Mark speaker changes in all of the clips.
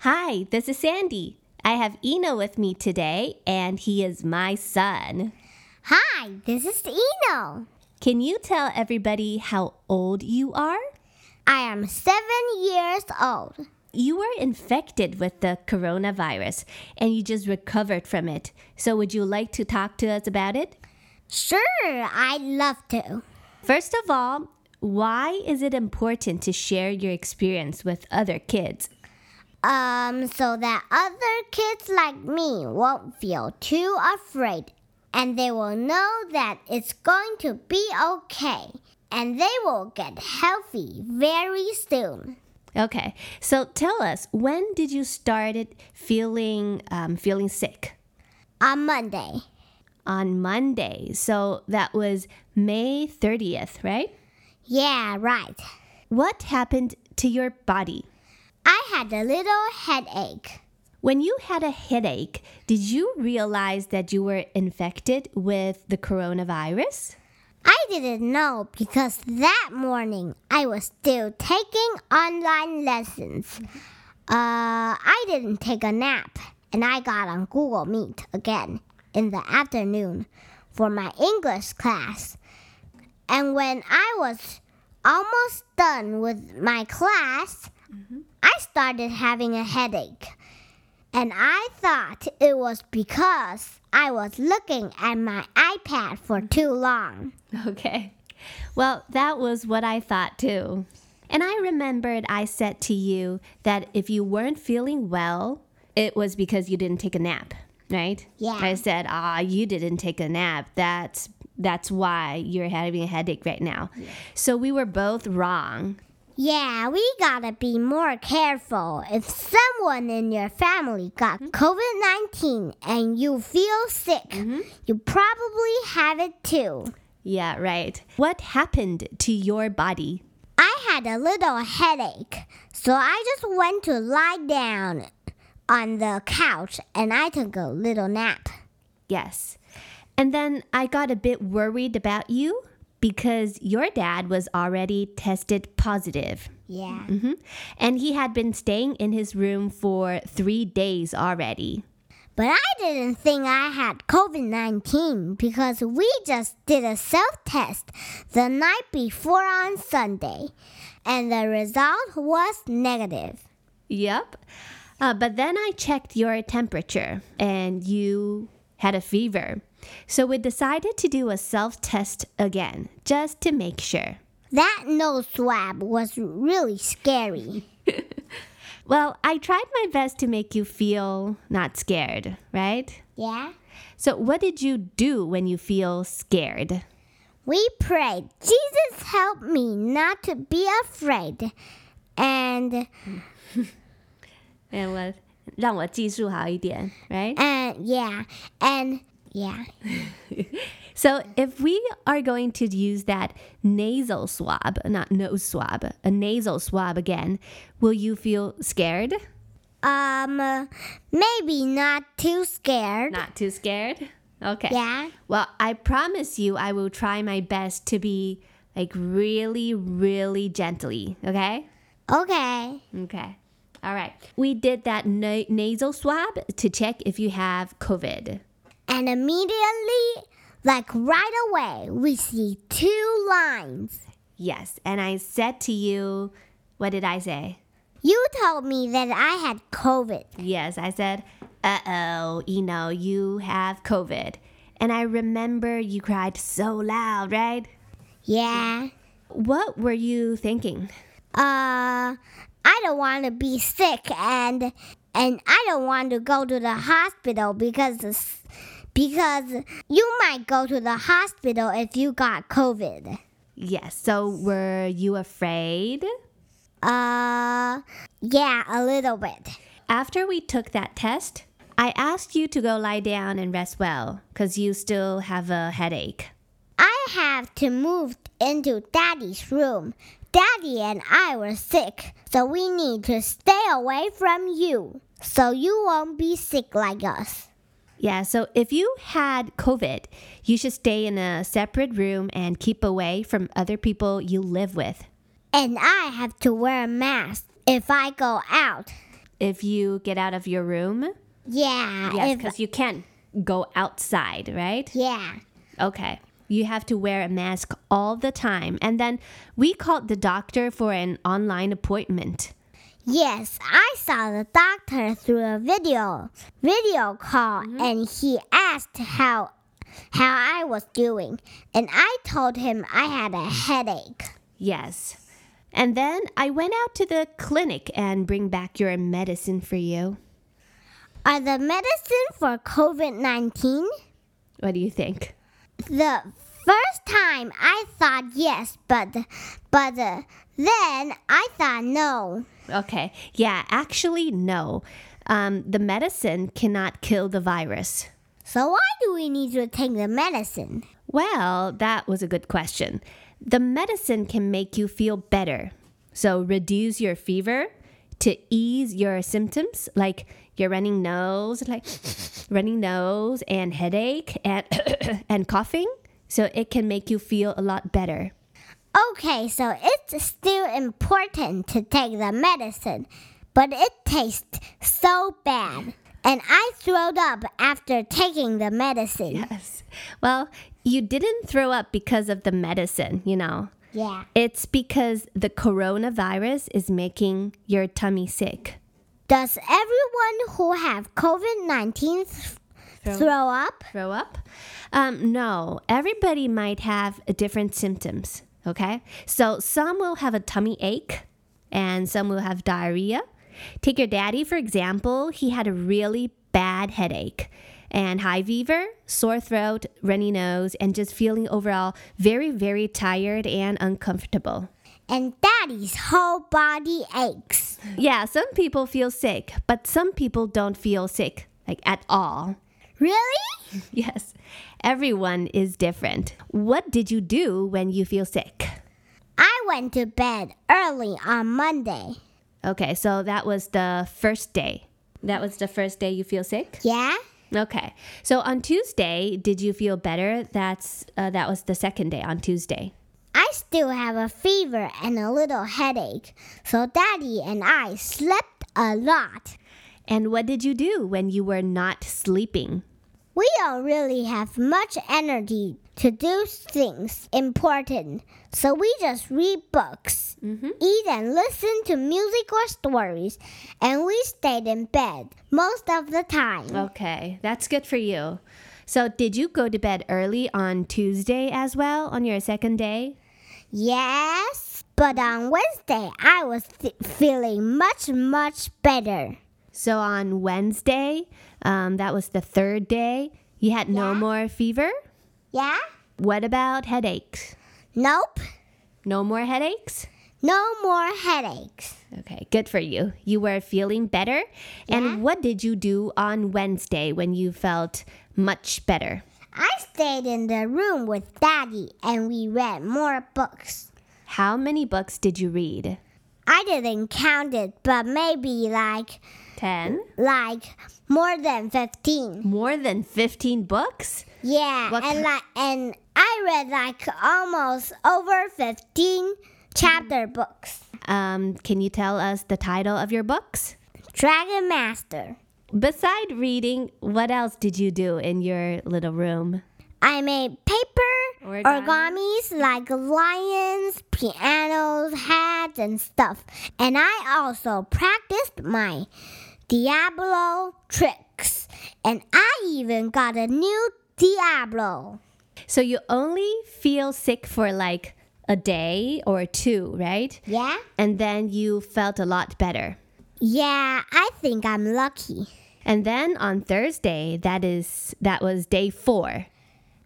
Speaker 1: Hi, this is Sandy. I have Eno with me today, and he is my son.
Speaker 2: Hi, this is Eno.
Speaker 1: Can you tell everybody how old you are?
Speaker 2: I am seven years old.
Speaker 1: You were infected with the coronavirus and you just recovered from it. So, would you like to talk to us about it?
Speaker 2: Sure, I'd love to.
Speaker 1: First of all, why is it important to share your experience with other kids?
Speaker 2: Um, so that other kids like me won't feel too afraid and they will know that it's going to be okay and they will get healthy very soon.
Speaker 1: Okay, so tell us when did you started feeling um, feeling sick?
Speaker 2: On Monday,
Speaker 1: On Monday. So that was May 30th, right?
Speaker 2: yeah, right,
Speaker 1: What happened to your body?
Speaker 2: I had a little headache.
Speaker 1: When you had a headache, did you realize that you were infected with the coronavirus?
Speaker 2: I didn't know because that morning I was still taking online lessons. Uh, I didn't take a nap and I got on Google Meet again in the afternoon for my English class. And when I was almost done with my class, I started having a headache. And I thought it was because I was looking at my iPad for too long.
Speaker 1: Okay. Well, that was what I thought too. And I remembered I said to you that if you weren't feeling well, it was because you didn't take a nap, right?
Speaker 2: Yeah.
Speaker 1: I said, "Ah, you didn't take a nap. That's that's why you're having a headache right now." So we were both wrong.
Speaker 2: Yeah, we gotta be more careful. If someone in your family got COVID 19 and you feel sick, you probably have it too.
Speaker 1: Yeah, right. What happened to your body?
Speaker 2: I had a little headache, so I just went to lie down on the couch and I took a little nap.
Speaker 1: Yes. And then I got a bit worried about you because your dad was already tested positive.
Speaker 2: Yeah.
Speaker 1: Mhm. And he had been staying in his room for three days already.
Speaker 2: But I didn't think I had COVID 19 because we just did a self test the night before on Sunday, and the result was negative.
Speaker 1: Yep. Uh, but then I checked your temperature and you had a fever. So we decided to do a self test again just to make sure.
Speaker 2: That nose swab was really scary.
Speaker 1: Well, I tried my best to make you feel not scared, right?
Speaker 2: Yeah?
Speaker 1: So, what did you do when you feel scared?
Speaker 2: We prayed, Jesus, help me not to be afraid. And,
Speaker 1: 让我让我技术好一点，right?
Speaker 2: and, yeah, and, yeah.
Speaker 1: So if we are going to use that nasal swab, not nose swab, a nasal swab again, will you feel scared?
Speaker 2: Um, uh, maybe not too scared.
Speaker 1: Not too scared. Okay.
Speaker 2: Yeah?
Speaker 1: Well, I promise you, I will try my best to be like really, really gently. Okay.
Speaker 2: Okay.
Speaker 1: Okay. All right. We did that na- nasal swab to check if you have COVID.
Speaker 2: And immediately, like right away, we see two lines.
Speaker 1: Yes. And I said to you, what did I say?
Speaker 2: You told me that I had COVID.
Speaker 1: Yes, I said, uh oh, you know, you have COVID. And I remember you cried so loud, right?
Speaker 2: Yeah.
Speaker 1: What were you thinking?
Speaker 2: Uh, I don't want to be sick and and I don't want to go to the hospital because it's- because you might go to the hospital if you got COVID.
Speaker 1: Yes, so were you afraid?
Speaker 2: Uh, yeah, a little bit.
Speaker 1: After we took that test, I asked you to go lie down and rest well because you still have a headache.
Speaker 2: I have to move into Daddy's room. Daddy and I were sick, so we need to stay away from you so you won't be sick like us.
Speaker 1: Yeah, so if you had COVID, you should stay in a separate room and keep away from other people you live with.
Speaker 2: And I have to wear a mask if I go out.
Speaker 1: if you get out of your room.
Speaker 2: Yeah.
Speaker 1: Yes,
Speaker 2: if-
Speaker 1: because you can't go outside, right?
Speaker 2: yeah.
Speaker 1: Okay. You have to wear a mask all the time. And then we called the doctor for an online appointment.
Speaker 2: Yes, I saw the doctor through a video video call and he asked how how I was doing and I told him I had a headache.
Speaker 1: Yes. And then I went out to the clinic and bring back your medicine for you.
Speaker 2: Are the medicine for COVID-19?
Speaker 1: What do you think?
Speaker 2: The first time I thought yes, but but uh, then I thought no.
Speaker 1: Okay. Yeah, actually, no. Um, the medicine cannot kill the virus.
Speaker 2: So why do we need to take the medicine?
Speaker 1: Well, that was a good question. The medicine can make you feel better. So, reduce your fever to ease your symptoms like your running nose, like running nose and headache and and coughing. So, it can make you feel a lot better.
Speaker 2: Okay, so it's still important to take the medicine, but it tastes so bad. And I throwed up after taking the medicine.
Speaker 1: Yes. Well, you didn't throw up because of the medicine, you know.
Speaker 2: Yeah.
Speaker 1: It's because the coronavirus is making your tummy sick.
Speaker 2: Does everyone who have COVID 19 throw up?
Speaker 1: throw up? Um, no, everybody might have uh, different symptoms. Okay, so some will have a tummy ache, and some will have diarrhea. Take your daddy for example. He had a really bad headache, and high fever, sore throat, runny nose, and just feeling overall very, very tired and uncomfortable.
Speaker 2: And daddy's whole body aches.
Speaker 1: Yeah, some people feel sick, but some people don't feel sick like at all.
Speaker 2: Really?
Speaker 1: Yes, everyone is different. What did you do when you feel sick?
Speaker 2: I went to bed early on Monday.
Speaker 1: Okay, so that was the first day. That was the first day you feel sick?
Speaker 2: Yeah?
Speaker 1: Okay. So on Tuesday, did you feel better? That's uh, that was the second day on Tuesday.
Speaker 2: I still have a fever and a little headache, so daddy and I slept a lot.
Speaker 1: And what did you do when you were not sleeping?
Speaker 2: We don't really have much energy to do things important, so we just read books, eat and listen to music or stories, and we stayed in bed most of the time.
Speaker 1: Okay, that's good for you. So did you go to bed early on Tuesday as well on your second day?
Speaker 2: Yes, but on Wednesday I was th- feeling much, much better.
Speaker 1: So on Wednesday, um, that was the third day, you had no more fever?
Speaker 2: Yeah?
Speaker 1: What about headaches?
Speaker 2: Nope,
Speaker 1: No more headaches?
Speaker 2: no more headaches.
Speaker 1: Okay, good for you. You were feeling better. And what did you do on Wednesday when you felt much better?
Speaker 2: I stayed in the room with Daddy and we read more books.
Speaker 1: How many books did you read?
Speaker 2: I didn't count it, but maybe like
Speaker 1: 10?
Speaker 2: like more than 15.
Speaker 1: More than 15 books?
Speaker 2: Yeah,
Speaker 1: What
Speaker 2: and
Speaker 1: ki-
Speaker 2: like and I read like almost over 15 chapter books.
Speaker 1: Um, can you tell us the title of your books?
Speaker 2: Dragon Master.
Speaker 1: Beside reading, what else did you do in your little room?
Speaker 2: I made paper
Speaker 1: Origami?
Speaker 2: origamis like lions, pianos, hats, and stuff. And I also practiced my Diablo tricks. And I even got a new Diablo.
Speaker 1: So you only feel sick for like a day or two, right?
Speaker 2: Yeah?
Speaker 1: And then you felt a lot better.
Speaker 2: Yeah, I think I'm lucky.
Speaker 1: And then on Thursday, that is that was day 4.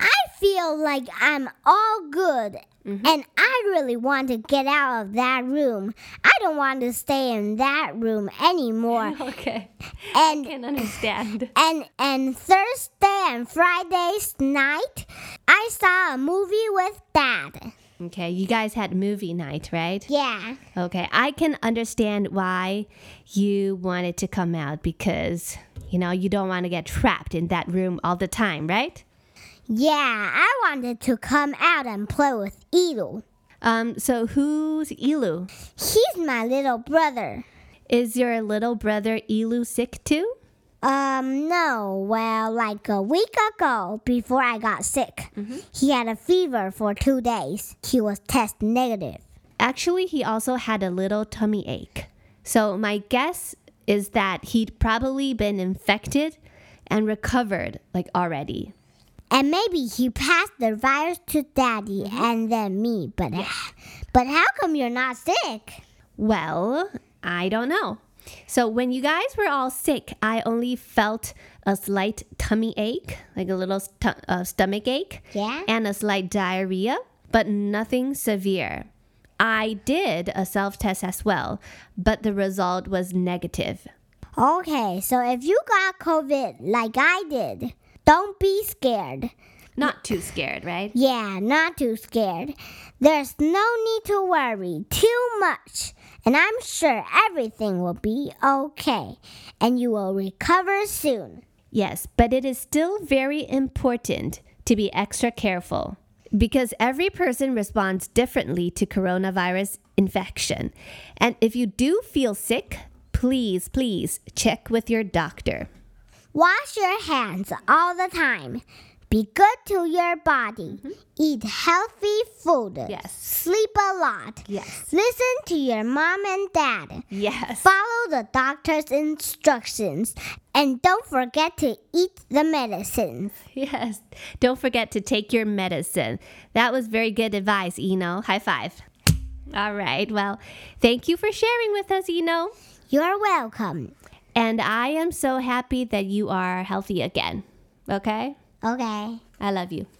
Speaker 2: I feel like I'm all good. And I really want to get out of that room. I don't want to stay in that room anymore.
Speaker 1: Okay.
Speaker 2: And
Speaker 1: Can understand.
Speaker 2: And and Thursday and Friday's night, I saw a movie with Dad.
Speaker 1: Okay, you guys had movie night, right?
Speaker 2: Yeah.
Speaker 1: Okay, I can understand why you wanted to come out because you know, you don't want to get trapped in that room all the time, right?
Speaker 2: Yeah, I wanted to come out and play with Elu.
Speaker 1: Um, so who's Ilu?
Speaker 2: He's my little brother.
Speaker 1: Is your little brother Elu sick too?
Speaker 2: Um, no. Well, like a week ago, before I got sick, he had a fever for two days. He was test negative.
Speaker 1: Actually, he also had a little tummy ache. So my guess is that he'd probably been infected and recovered like already.
Speaker 2: And maybe he passed the virus to daddy and then me. But, but how come you're not sick?
Speaker 1: Well, I don't know. So when you guys were all sick, I only felt a slight tummy ache, like a little stu- uh, stomach ache,
Speaker 2: Yeah.
Speaker 1: and a slight diarrhea, but nothing severe. I did a self test as well, but the result was negative.
Speaker 2: Okay, so if you got COVID like I did, don't be scared.
Speaker 1: Not too scared, right?
Speaker 2: Yeah, not too scared. There's no need to worry too much. And I'm sure everything will be okay. And you will recover soon.
Speaker 1: Yes, but it is still very important to be extra careful because every person responds differently to coronavirus infection. And if you do feel sick, please, please check with your doctor.
Speaker 2: Wash your hands all the time. Be good to your body. Eat healthy food.
Speaker 1: Mm-hmm. Yes.
Speaker 2: Sleep a lot.
Speaker 1: Yes.
Speaker 2: Listen to your mom and dad.
Speaker 1: Yes.
Speaker 2: Follow the doctor's instructions and don't forget to eat the medicines.
Speaker 1: Yes. Don't forget to take your medicine. That was very good advice, Eno. High five. All right. Well, thank you for sharing with us, Eno.
Speaker 2: You're welcome.
Speaker 1: And I am so happy that you are healthy again. Okay?
Speaker 2: Okay.
Speaker 1: I love you.